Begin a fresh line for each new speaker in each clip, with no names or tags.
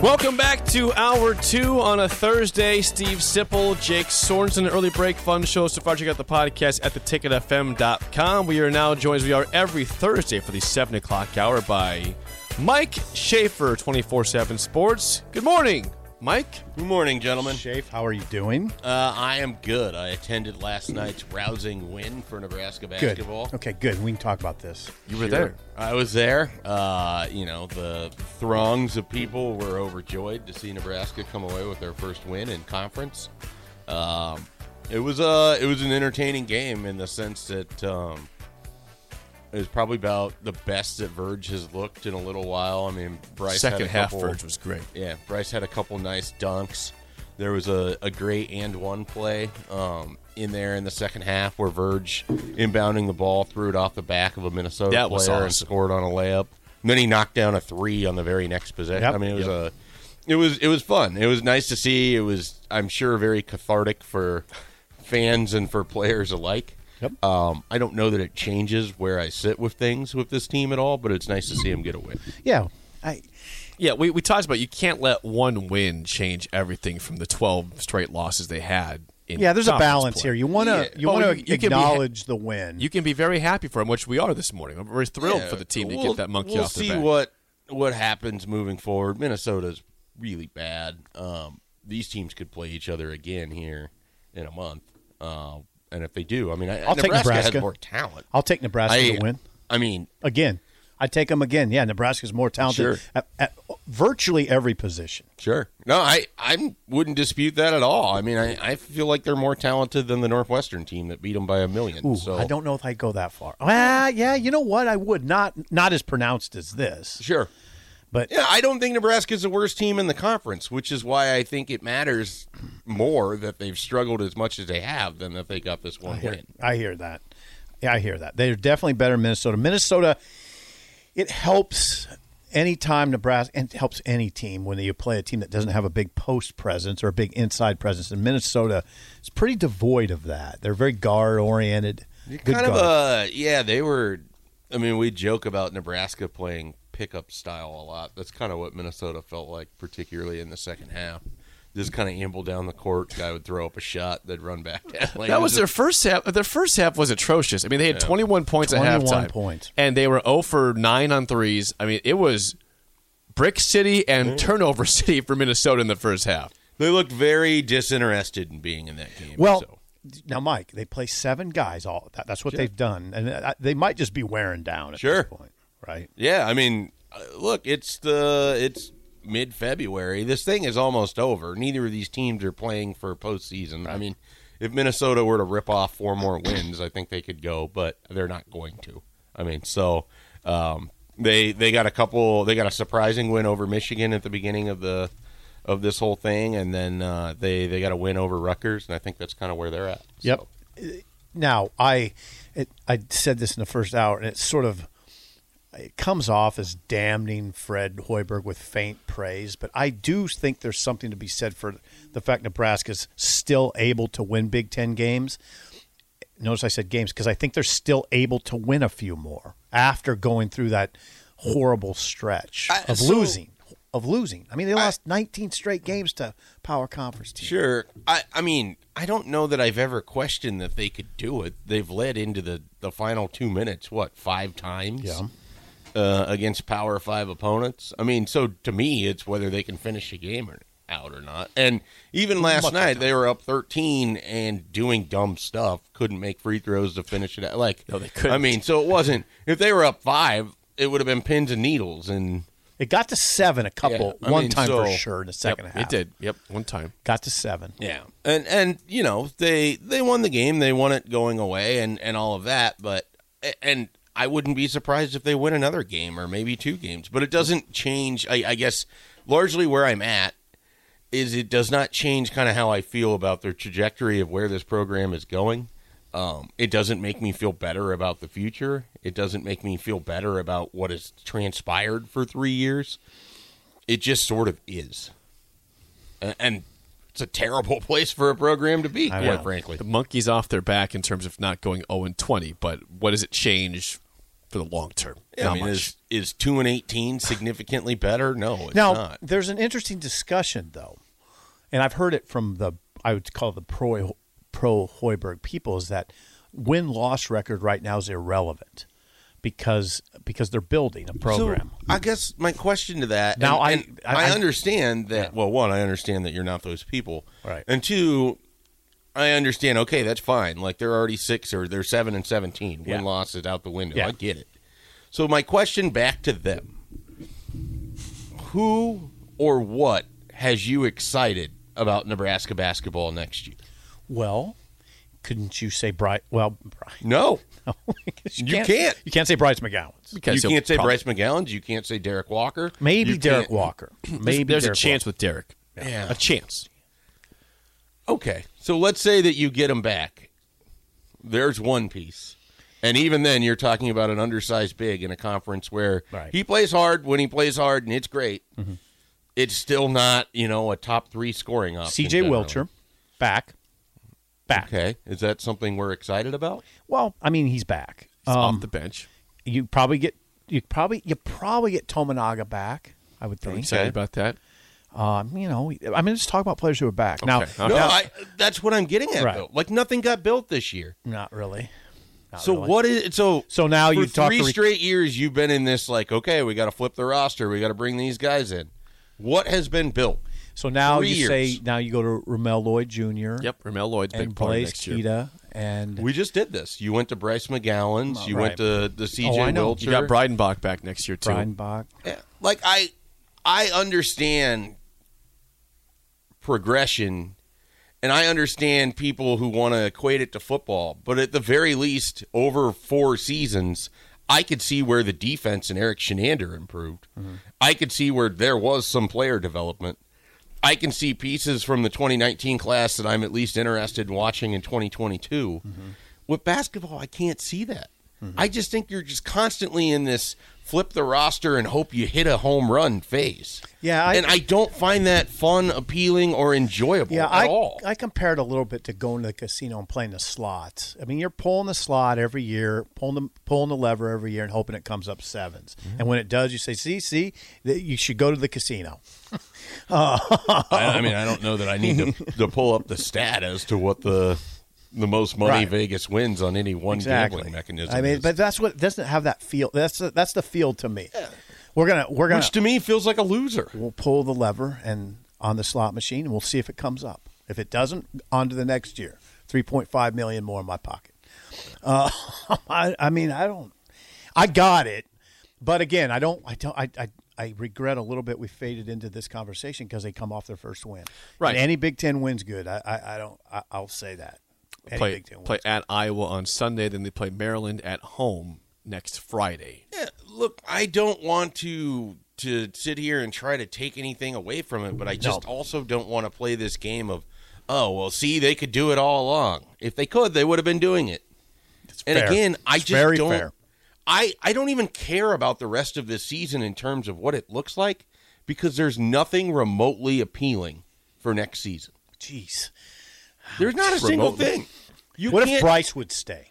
Welcome back to hour two on a Thursday. Steve Sipple, Jake Sorensen, early break fun show. So far, check out the podcast at theticketfm.com. We are now joined as we are every Thursday for the seven o'clock hour by Mike Schaefer, 24 7 Sports. Good morning, Mike.
Good morning, gentlemen.
Shafe, how are you doing?
Uh, I am good. I attended last night's rousing win for Nebraska
Good.
basketball.
Okay, good. We can talk about this.
You were there.
I was there. Uh, you know, the throngs of people were overjoyed to see Nebraska come away with their first win in conference. Um, it was a it was an entertaining game in the sense that um, it was probably about the best that Verge has looked in a little while. I mean, Bryce had
Second
a
half,
couple-
Verge was great.
Yeah, Bryce had a couple nice dunks. There was a, a great and one play um, in there in the second half where Verge inbounding the ball threw it off the back of a Minnesota
That
player
was
and
awesome.
scored on a layup. And then he knocked down a three on the very next possession.
Yep.
I mean, it was a, it was it was fun. It was nice to see. It was I'm sure very cathartic for fans and for players alike.
Yep.
Um, I don't know that it changes where I sit with things with this team at all, but it's nice to see him get a win.
Yeah, I
Yeah, we, we talked about you can't let one win change everything from the 12 straight losses they had. In
yeah. There's a
conference
balance
play.
here. You want to
Yeah.
you
Well,
want
you- you
to
can be-
acknowledge the win.
You can be very happy for him, which we are this morning. We're thrilled
Yeah,
for the team to
we'll-
get that monkey
we'll
off their
see
back.
what what happens moving forward. Minnesota's really bad. Um, these teams could play each other again here in a month, uh, and if they do, I mean, I,
I'll take Nebraska.
has more talent.
I'll take Nebraska
I-
to win
I mean,
again. I take them again. Yeah, Nebraska's more talented
Sure.
at, at virtually every position.
sure. No, I I wouldn't dispute that at all. I mean, I, I feel like they're more talented than the Northwestern team that beat them by a million.
Ooh,
so
I don't know if I go that far. Ah, yeah, you know what? I would not not as pronounced as this,
sure.
but
Yeah, I don't think Nebraska's the worst team in the conference, which is why I think it matters more that they've struggled as much as they have than that they got this one win.
I hear that. Yeah, I hear that. They're definitely better than Minnesota. Minnesota, it helps anytime Nebraska, and it helps any team when you play a team that doesn't have a big post presence or a big inside presence. And Minnesota is pretty devoid of that. They're very guard oriented. Good
kind of
guard.
a yeah. They were. I mean, we joke about Nebraska playing pickup style a lot. That's kind of what Minnesota felt like, particularly in the second half. Just kind of amble down the court. Guy would throw up a shot. They'd run back. Like,
That was
just-
their first half. Their first half was atrocious. I mean, they had 21 points at
21
halftime,
points.
and they were 0 for 9 on threes. I mean, it was brick city and
Mm.
turnover city for Minnesota in the first half.
They looked very disinterested in being in that game.
well.
so.
Now, Mike, they play seven guys. All that, that's what they've done, and uh, they might just be wearing down at
Sure.
this point, right?
Yeah, I mean, uh, look, it's the it's mid February. This thing is almost over. Neither of these teams are playing for postseason. I mean, if Minnesota were to rip off four more wins, I think they could go, but they're not going to. I mean, so um, they they got a couple. They got a surprising win over Michigan at the beginning of the of this whole thing, and then uh, they they got a win over Rutgers, and I think that's kind of where they're at.
Yep.
So,
Now, I it, I said this in the first hour, and it's sort of it comes off as damning Fred Hoiberg with faint praise, but I do think there's something to be said for the fact Nebraska's still able to win Big Ten games. Notice I said games because I think they're still able to win a few more after going through that horrible stretch
I-
of
so-
losing. Of losing, I mean, they lost 19 straight games to power conference teams.
Sure. I, I mean, I don't know that I've ever questioned that they could do it. They've led into the, the final two minutes, what, five times?
Yeah.
Uh, against Power Five opponents. I mean, so to me, it's whether they can finish a game or, out or not. And even last night, they were up 13 and doing dumb stuff, couldn't make free throws to finish it out. Like,
No, they couldn't.
I mean, so it wasn't, if they were up five, it would have been pins and needles. And
It got to seven a couple
Yeah, I
one
mean,
time for
so-
sure in the second
Yep,
half.
It did. Yep, one time.
Got to seven.
Yeah, and and you know they they won the game, they won it going away, and and all of that. But and I wouldn't be surprised if they win another game or maybe two games. But it doesn't change. I, I guess largely where I'm at is it does not change kind of how I feel about the trajectory of where this program is going. Um, it doesn't make me feel better about the future. It doesn't make me feel better about what has transpired for three years. It just sort of is. A- And it's a terrible place for a program to be, quite
know.
frankly.
The monkey's off their back in terms of not going 0 and 20, but what does it change for the long term?
Yeah,
not
I mean,
much.
is, is 2 and 18 significantly better? No, it's
Now
not.
there's an interesting discussion though, and I've heard it from the I would call it the pro pro Hoiberg people is that win loss record right now is irrelevant because because they're building a program.
So, I guess my question to that
Now, I-
and- and
I-
I,
I-
understand that. Well, one, I understand that you're not those people,
Right.
And two, I understand. Okay, that's fine. Like they're already six or they're seven and seventeen.
Yeah.
Win loss is out the window.
Yeah.
I get it. So my question back to them: Who or what has you excited about Nebraska basketball next year?
well, couldn't you say Bryce? Well, Bryce,
No,
no, 'cause
You can't.
You can't say Bryce McGowan's.
Because
you
he'll
can't say
probably-
Bryce McGowan's. You can't say Derek Walker.
Maybe
You
Derek
can't-
Walker.
There's-
Maybe
there's
Derek
a chance with Derek.
Yeah.
A chance.
Okay. So let's say that you get him back. There's one piece. And even then, you're talking about an undersized big in a conference where
Right. Mm-hmm.
he plays hard when he plays hard, and it's great. It's still not, you know, a top three scoring
Walker.
option.
C.J.
generally.
Wilcher, back, back.
Okay. Is that something we're excited about?
Well, I mean, he's back.
He's
Um,
off the bench.
you probably get you probably you probably get Tominaga back. I would think.
Excited about that.
Um, you know, I mean, just talk about players who are back now.
No,
now-
I, that's what I'm getting at,
Oh, Right.
though. Like, nothing got built this year.
not really. Not
So
really.
what is so?
So now
for
you talk
three
to re-
straight years. You've been in this like, okay, we got to flip the roster. We got to bring these guys in. What has been built?
So now
three
you say
years.
now you go to Ramel Lloyd Jr.
Yep. Ramel Lloyd's
and
big part
Blaze
next year.
Keita and
We just did this. You went to Bryce McGowan's. You
Right.
went to the CJ
Oh, I know.
Wilcher.
You got Breidenbach back next year, too.
Brian Bach.
Yeah, Like I, I understand progression, and I understand people who want to equate it to football. But at the very least, over four seasons, I could see where the defense and Eric Shenander improved.
Mm-hmm.
I could see where there was some player development. I can see pieces from the 2019 class that I'm at least interested in watching in 2022.
Mm-hmm.
With basketball, I can't see that. I just think you're just constantly in this flip the roster and hope you hit a home run phase.
Yeah, I-
and I don't find that fun, appealing, or enjoyable
Yeah,
at
I
all.
I compare it a little bit to going to the casino and playing the slots. I mean, you're pulling the slot every year, pulling the pulling the lever every year, and hoping it comes up 7s
Mm-hmm.
And when it does, you say, "See, see, that you should go to the casino."
I, I mean, I don't know that I need to, to pull up the stat as to what the the most money
Right.
Vegas wins on any one
exactly.
gambling mechanism.
I mean,
is.
but that's what doesn't have that feel. That's the, that's the feel to me. We're gonna we're gonna
which to me feels like a loser.
we'll pull the lever and on the slot machine, and we'll see if it comes up. If it doesn't, on to the next year. Three point five million more in my pocket. Uh, I, I mean, I don't. I got it, but again, I don't. I don't. I. I I regret a little bit we faded into this conversation because they come off their first win.
Right.
And any Big Ten win's good. I, I, I don't. I, I'll say that. Any
play,
Big Ten
play
win's
at Iowa on Sunday, then they play Maryland at home next Friday.
Yeah, look, I don't want to to sit here and try to take anything away from it, but I just also don't want to play this game of, oh well, see, they could do it all along. If they could, they would have been doing it.
It's
And
fair.
again, I
It's
just
very
don't.
fair.
I I don't even care about the rest of this season in terms of what it looks like because there's nothing remotely appealing for next season.
Jeez.
There's not a single
Remotely.
thing. You
What if
can't-
Bryce would stay?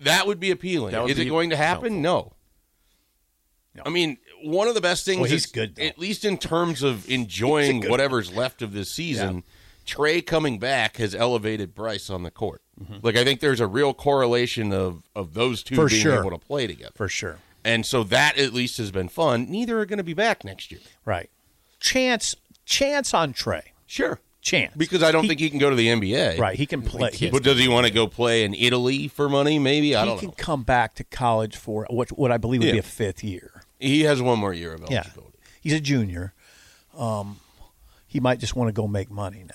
That would be appealing.
That would
Is
be
it going to happen? No.
No.
I mean, one of the best things.
Well, he's
is-
good, though.
at least in terms of enjoying whatever's left of this season. Trey coming back has elevated Bryce on the court. Like I think there's a real correlation of of those two
Mm-hmm. For
being
sure.
able to play together,
For sure.
and so that at least has been fun. Neither are going to be back next year.
Right. Chance. Chance on Trey.
Sure,
Chance.
because I don't think he can go to the NBA.
Right, he can play. He,
But does he want to go play in Italy for money? Maybe I
he
don't
can
know.
come back to college for what what I believe would be
Yeah.
a fifth year.
He has one more year of
Yeah,
eligibility.
he he's a junior. Um, he might just want to go make money now.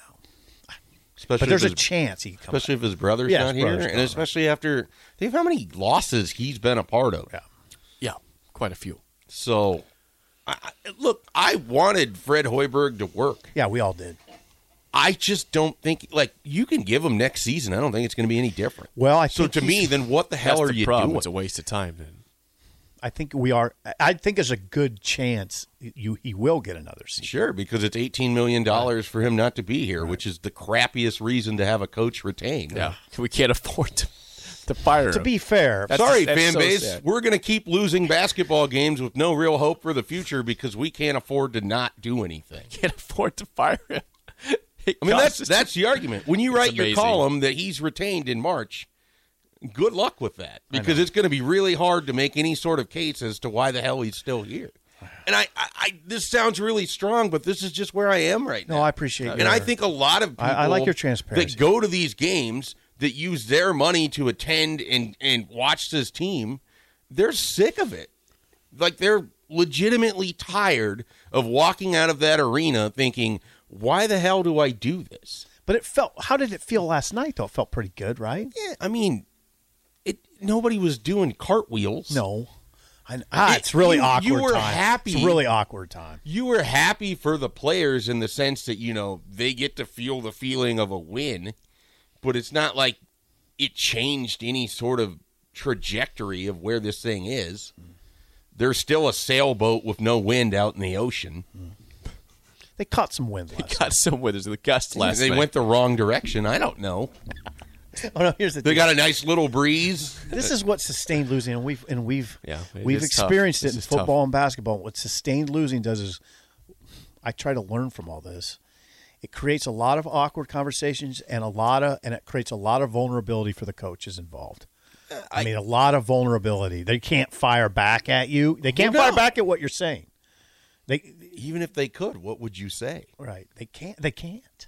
Especially
But there's
if
a
his-
chance he could come.
especially if his brother's
Yeah,
not
his
here,
brother's
and
gone, right.
especially after think of how many losses he's been a part of.
back. Yeah.
Yeah, quite a few.
So, I, I- look, I wanted Fred Hoiberg to work.
Yeah, we all did.
I just don't think like you can give him next season. I don't think it's going to be any different.
Well, I
so
think
to me,
he's-
then what the hell
That's
are
the
you
problem.
doing?
It's a waste of time. Then
I think we are. I- I think there's a good chance you he will get another season.
Sure, because it's eighteen million dollars for him not to be here, which is the crappiest reason to have a coach retained.
yeah, we can't afford to, to fire
To
him.
be fair,
That's-
Sorry,
that's
fan
so
base.
sad.
We're going to keep losing basketball games with no real hope for the future because we can't afford to not do anything.
can't afford to fire him. It
I mean, that's
costs-
that's the argument. When you write your
amazing.
column that he's retained in March, good luck with that because it's going to be really hard to make any sort of case as to why the hell he's still here. And I, I, I this sounds really strong, but this is just where I am right now.
no, I appreciate.
and
your-
I think a lot of people
I- I like your transparency.
that go to these games that use their money to attend and and watch this team. They're sick of it. Like they're legitimately tired of walking out of that arena thinking, "Why the hell do I do this?"
But it felt. How did it feel last night? Though it felt pretty good, right?
Yeah, I mean, it. Nobody was doing cartwheels.
No. I, ah,
It-
it's really
you- you
awkward.
were
time.
happy.
It's a really awkward time.
you were happy for the players in the sense that you know they get to feel the feeling of a win, but it's not like it changed any sort of trajectory of where this thing is. There's still a sailboat with no wind out in the ocean.
They caught some wind last.
got some withers the gust last
they
night.
went the wrong direction. I don't know.
night. Oh no, here's the
They
thing.
got a nice little breeze.
this is what sustained losing, and we've and we've
Yeah, it
we've
is tough.
experienced
This
it in
is tough.
football and basketball. What sustained losing does is, I try to learn from all this. It creates a lot of awkward conversations and a lot of and it creates a lot of vulnerability for the coaches involved. I, mean, a lot of vulnerability. They can't fire back at you. They can't
Well,
fire
no.
back at what you're saying. They
Even if they could, what would you say?
right. They can't. They can't.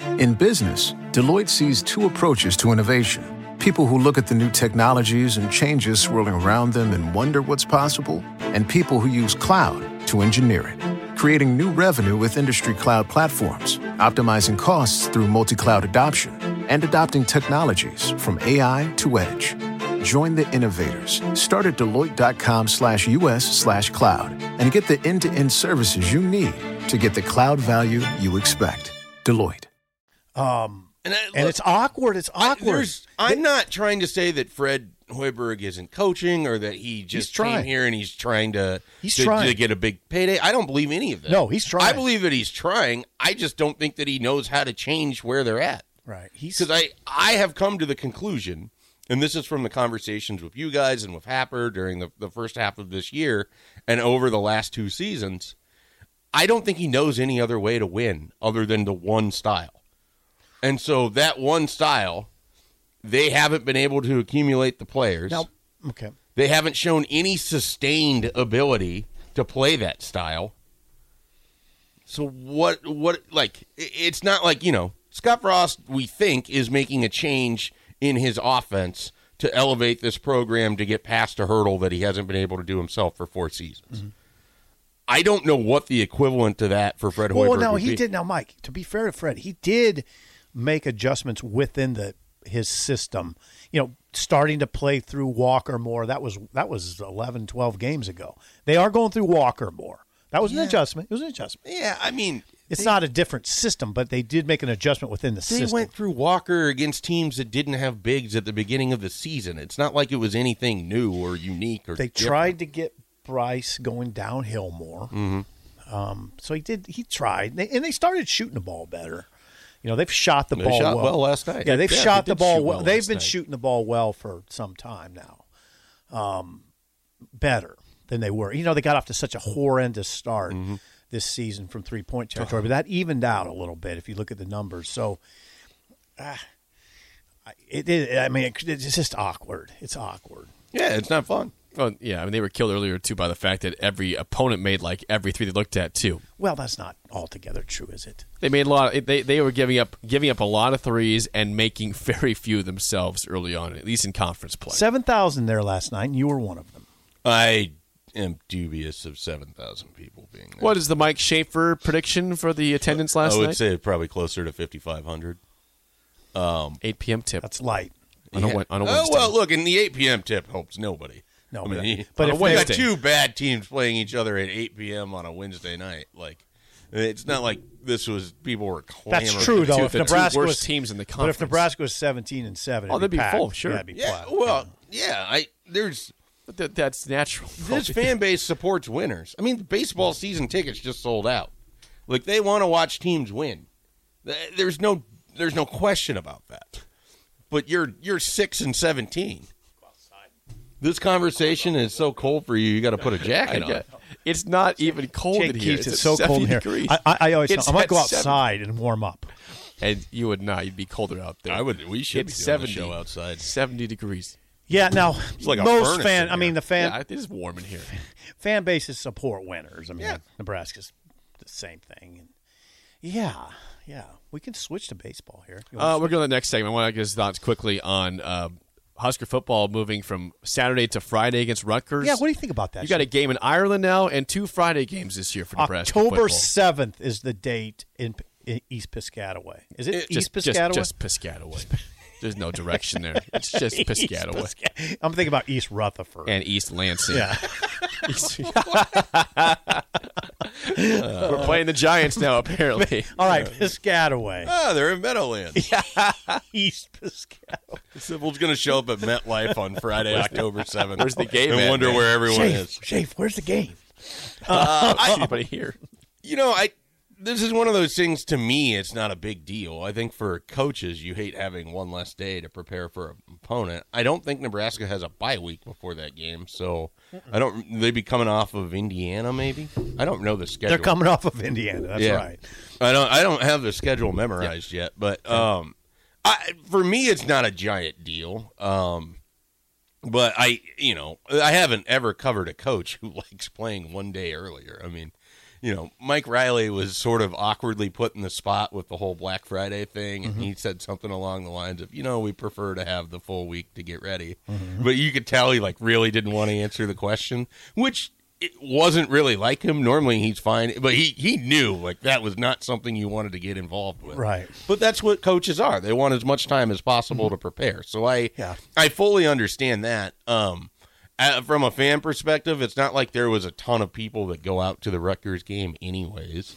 In business, Deloitte sees two approaches to innovation people who look at the new technologies and changes swirling around them and wonder what's possible, and people who use cloud to engineer it, creating new revenue with industry cloud platforms, optimizing costs through multi cloud adoption, and adopting technologies from AI to edge. Join the innovators. Start at Deloitte.com slash US slash cloud and get the end to end services you need to get the cloud value you expect. Deloitte.
And, I,
Um, And
look,
it's awkward. It's
I-
awkward.
there's- I'm not trying to say that Fred Hoiberg isn't coaching or that he just came
trying.
here and he's trying to
He's
to,
trying.
to get a big payday. I don't believe any of that.
No, he's trying.
I believe that he's trying. I just don't think that he knows how to change where they're at.
right. He's
Because I I have come to the conclusion, and this is from the conversations with you guys and with Happer during the, the first half of this year and over the last two seasons. I don't think he knows any other way to win other than the one style. And so that one style, they haven't been able to accumulate the players.
now. Okay.
They haven't shown any sustained ability to play that style. So what what like i- it's not like, you know, Scott Frost we think is making a change in his offense to elevate this program to get past a hurdle that he hasn't been able to do himself for four seasons.
Mm-hmm.
I don't know what the equivalent to that for Fred Hoiberg
Well, no,
would
he
be.
did. Now, Mike, to be fair to Fred, he did make adjustments within the his system. You know, starting to play through Walker more. That was that was 11, 12 games ago. They are going through Walker more. That was an adjustment. It was an adjustment.
Yeah, I mean,
It's not a different system, but they did make an adjustment within the
They
system.
went through Walker against teams that didn't have bigs at the beginning of the season. It's not like it was anything new or unique or
they
different.
tried to get Bryce going downhill more.
Mm-hmm.
Um, so he did. He tried, They- and they started shooting the ball better. You know, they've shot the
They
ball
shot
well.
well last night.
Yeah, they've
Yeah,
shot
they
the
did
ball
shoot
well.
well
They've
last
been
night.
shooting the ball well for some time now. Um, better than they were. You know, they got off to such a horrendous start
Mm-hmm.
this season from three point
Uh-huh.
territory, but that evened out a little bit if you look at the numbers. So. Ah, I- it is. I mean, it, it's just awkward. It's awkward.
Yeah, it's not fun.
Well, yeah, I mean they were killed earlier too by the fact that every opponent made like every three they looked at too.
Well, that's not altogether true, is it?
They made a lot. They they were giving up giving up a lot of threes and making very few themselves early on, at least in conference play.
Seven thousand there last night, and you were one of them.
I am dubious of seven thousand people being there.
What is the Mike Schaefer prediction for the attendance last
I
Oh,
would
night?
say probably closer to fifty five hundred.
8 p.m. tip.
That's light.
on, a, Wed- on a
Oh
Wednesday.
well, look, and the eight p.m. tip helps nobody.
No,
I mean,
but-
he-
but
on
if
a Wednesday-
they-
you got two bad teams playing each other at eight p.m. on a Wednesday night. Like, it's not like this was people were clamoring.
That's true, though.
two-
if
the two
Nebraska
worst
was,
teams in the
But
conference.
if Nebraska was 17 and 7,
Oh,
it'd
they'd be
packed.
full, sure.
Yeah, it'd be
Yeah,
packed.
well, yeah. I there's
But that- that's natural.
this fan base supports winners. I mean, the baseball season tickets just sold out. Like they want to watch teams win. Th- There's no there's no question about that. But you're you're six and seventeen. This conversation is so cold for you. You got to put a jacket on.
It's not even cold
Jake
in here.
keeps it
at
so
70
cold in here.
Degrees.
I, I, I always
It's
tell, I might
at
go
70.
outside and warm up.
And you would not. You'd be colder out there.
I would. We should
It's
be doing the
70.
show outside.
70 degrees.
Yeah, now
like a
most
furnace
fan.
in
I mean,
here.
the fan
yeah, it is warm in here.
fan bases support winners. I mean,
Yeah.
Nebraska's the same thing. And yeah, yeah, we can switch to baseball here. You
Uh,
wanna-
we're going to the next segment. I want to get his thoughts quickly on uh, Husker football moving from Saturday to Friday against Rutgers.
yeah, what do you think about that?
You got a game in Ireland now and two Friday games this year for Nebraska.
October
football.
seventh is the date in, in East Piscataway. Is it, East
just,
Piscataway?
Just, just Piscataway. There's no direction there. It's just Piscataway
Pisca- I'm thinking about East Rutherford.
and East Lansing.
yeah,
East- We're playing the Giants now, apparently.
all right, Piscataway,
Ah, they're in Meadowlands.
East Piscataway.
Sybil's going to show up at MetLife on Friday, October seventh.
Where's the game
And
at,
wonder
man?
where everyone is.
Shafe, Shafe, where's the game?
Anybody here?
you know, I this is one of those things to me it's not a big deal. I think for coaches you hate having one less day to prepare for an opponent. I don't think Nebraska has a bye week before that game, so I don't they'd be coming off of Indiana maybe. I don't know the schedule.
They're coming off of Indiana. That's
Yeah.
right.
I don't I don't have the schedule memorized yet, but um I for me it's not a giant deal. Um but I you know, I haven't ever covered a coach who likes playing one day earlier. I mean, you know, Mike Riley was sort of awkwardly put in the spot with the whole Black Friday thing and he said something along the lines of, you know, we prefer to have the full week to get ready. But you could tell he like really didn't want to answer the question, which it wasn't really like him. Normally he's fine, but he he knew like that was not something you wanted to get involved with.
Right.
But that's what coaches are. They want as much time as possible to prepare. So I
Mm-hmm. Yeah.
I fully understand that. Um uh, from a fan perspective, it's not like there was a ton of people that go out to the Rutgers game anyways.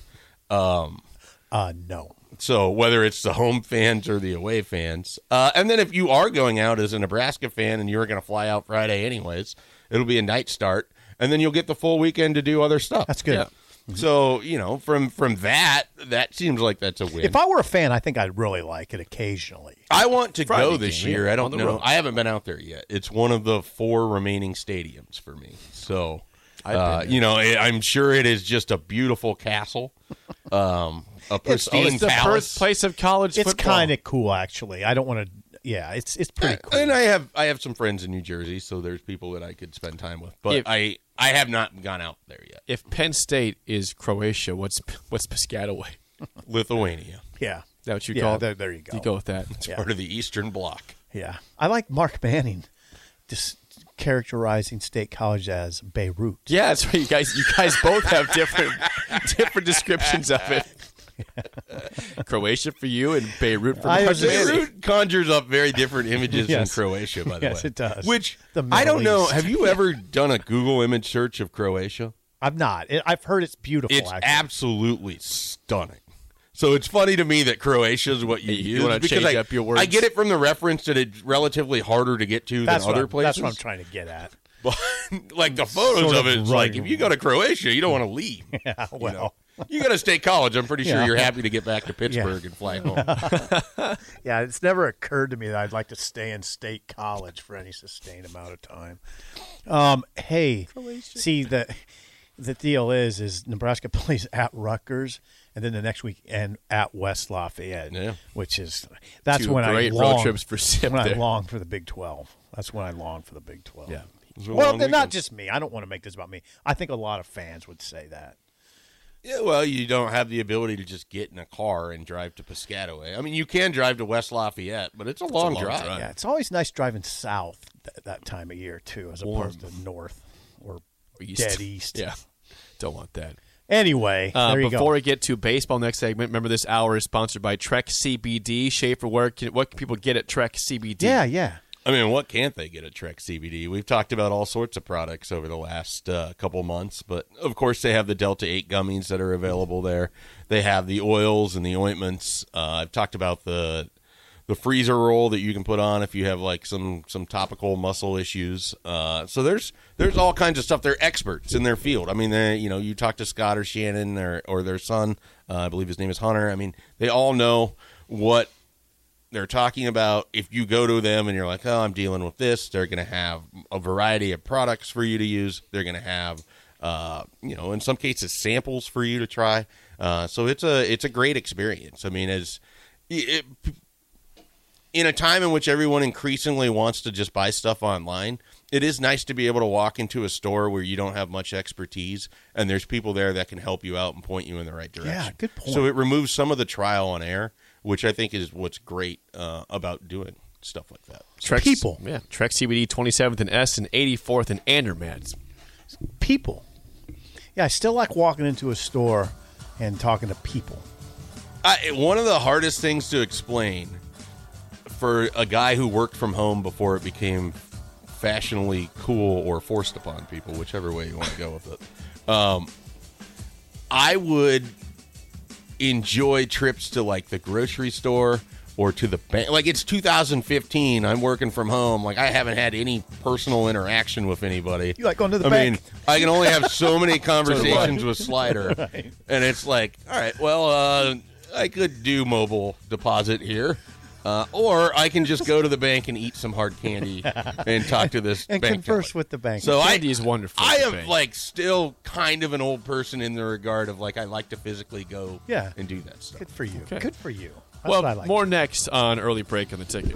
Uh, no.
So whether it's the home fans or the away fans, uh, and then if you are going out as a Nebraska fan and you're going to fly out Friday anyways, it'll be a night start, and then you'll get the full weekend to do other stuff.
That's good. Mm-hmm.
So you know, from from that, that seems like that's a win.
If I were a fan, I think I'd really like it occasionally.
I want to
Friday
go this
game,
year.
yeah,
I
on
don't
the
know.
road.
I haven't been out there yet. It's one of the four remaining stadiums for me. So, uh, you know, I- I'm sure it is just a beautiful castle, um, a pristine
It's the
palace.
birthplace of college
It's
football.
kind of cool, actually. I don't want to. Yeah, it's it's pretty cool.
And I have I have some friends in New Jersey, so there's people that I could spend time with. But
If-
I I have not gone out there yet.
If Penn State is Croatia, what's what's Piscataway? Is
Lithuania,
yeah,
that what you
Yeah,
call it?
there- there you go.
You go with that.
Yeah.
part of the Eastern Bloc.
yeah. I like Mark Manning, just characterizing State College as Beirut.
Yeah, that's right. You guys, you guys both have different different descriptions of it. Croatia for you and Beirut for
I
Mark
was just-
Manning.
Beirut conjures up very different images
Yes.
in Croatia, by the
Yes,
way.
it does.
Which
The
I don't
Middle
know.
East.
Have you ever done a Google image search of Croatia?
I'm not. It, I've heard it's beautiful.
It's
actually.
absolutely stunning. So it's funny to me that Croatia is what you,
You
use
wanna
because I,
change up your words?
I get it from the reference that it's relatively harder to get to
that's
than
what
other
I'm,
places.
That's what I'm trying to get at.
But like the photos
Sort
of
of
it, it's
right.
like if you go to Croatia, you don't want to leave. Yeah,
well.
you, got to stay college. I'm pretty sure
Yeah.
you're happy to get back to Pittsburgh and fly home.
Yeah, it's never occurred to me that I'd like to stay in State College for any sustained amount of time. Um, hey, see the the deal is is Nebraska plays at Rutgers and then the next weekend at West Lafayette,
Yeah.
which is that's
Two
when
great
I
road
long,
trips for Sip
when
there.
I long for the Big Twelve. That's when I long for the Big Twelve.
Yeah.
Those were
Well,
long
they're not
weekends.
just me. I don't want to make this about me. I think a lot of fans would say that.
Yeah, well, you don't have the ability to just get in a car and drive to Piscataway. I mean, you can drive to West Lafayette, but it's a long,
long
drive.
drive.
Yeah, it's always nice driving south th- that time of year too, as opposed to north or
Or east.
Dead east.
Yeah. Don't want that.
Anyway,
Uh,
there you
before
go.
we get to baseball next segment, remember this hour is sponsored by Trek CBD. Schaefer, where can, what can people get at Trek CBD?
yeah, yeah.
I mean, what can't they get at Trek CBD? We've talked about all sorts of products over the last uh, couple months, but of course they have the Delta Eight gummies that are available there. They have the oils and the ointments. Uh, I've talked about the the freezer roll that you can put on if you have like some some topical muscle issues. Uh, so there's there's all kinds of stuff. They're experts in their field. I mean, they you know you talk to Scott or Shannon or or their son. Uh, I believe his name is Hunter. I mean, they all know what they're talking about if you go to them and you're like, oh, I'm dealing with this, they're going to have a variety of products for you to use. They're going to have, uh, you know, in some cases, samples for you to try. Uh, so it's a it's a great experience. I mean, as it, in a time in which everyone increasingly wants to just buy stuff online, it is nice to be able to walk into a store where you don't have much expertise and there's people there that can help you out and point you in the right direction.
good
So it removes some of the trial on air, which I think is what's great uh, about doing stuff like that.
Trek,
People.
Yeah, Trek CBD 27th and S and 84th and Andermatt.
People. Yeah, I still like walking into a store and talking to people.
I, one of the hardest things to explain for a guy who worked from home before it became fashionably cool or forced upon people, whichever way you want to go with it. Um, I would enjoy trips to like the grocery store or to the bank. Like it's 2015. I'm working from home. Like I haven't had any personal interaction with anybody.
You like going to the
I
bank.
mean, I can only have so many conversations with Slider, and it's like, all right, well, uh, I could do mobile deposit here. Uh, or I can just go to the bank and eat some hard candy and talk to this
And
bank
converse
teller.
with the bank.
So
Candy
I,
is wonderful.
I
at the
am
bank.
like still kind of an old person in the regard of like I like to physically go
Yeah.
and do that stuff.
good for you.
Okay.
Good for you. That's
well,
what I like.
more next on early break on the ticket.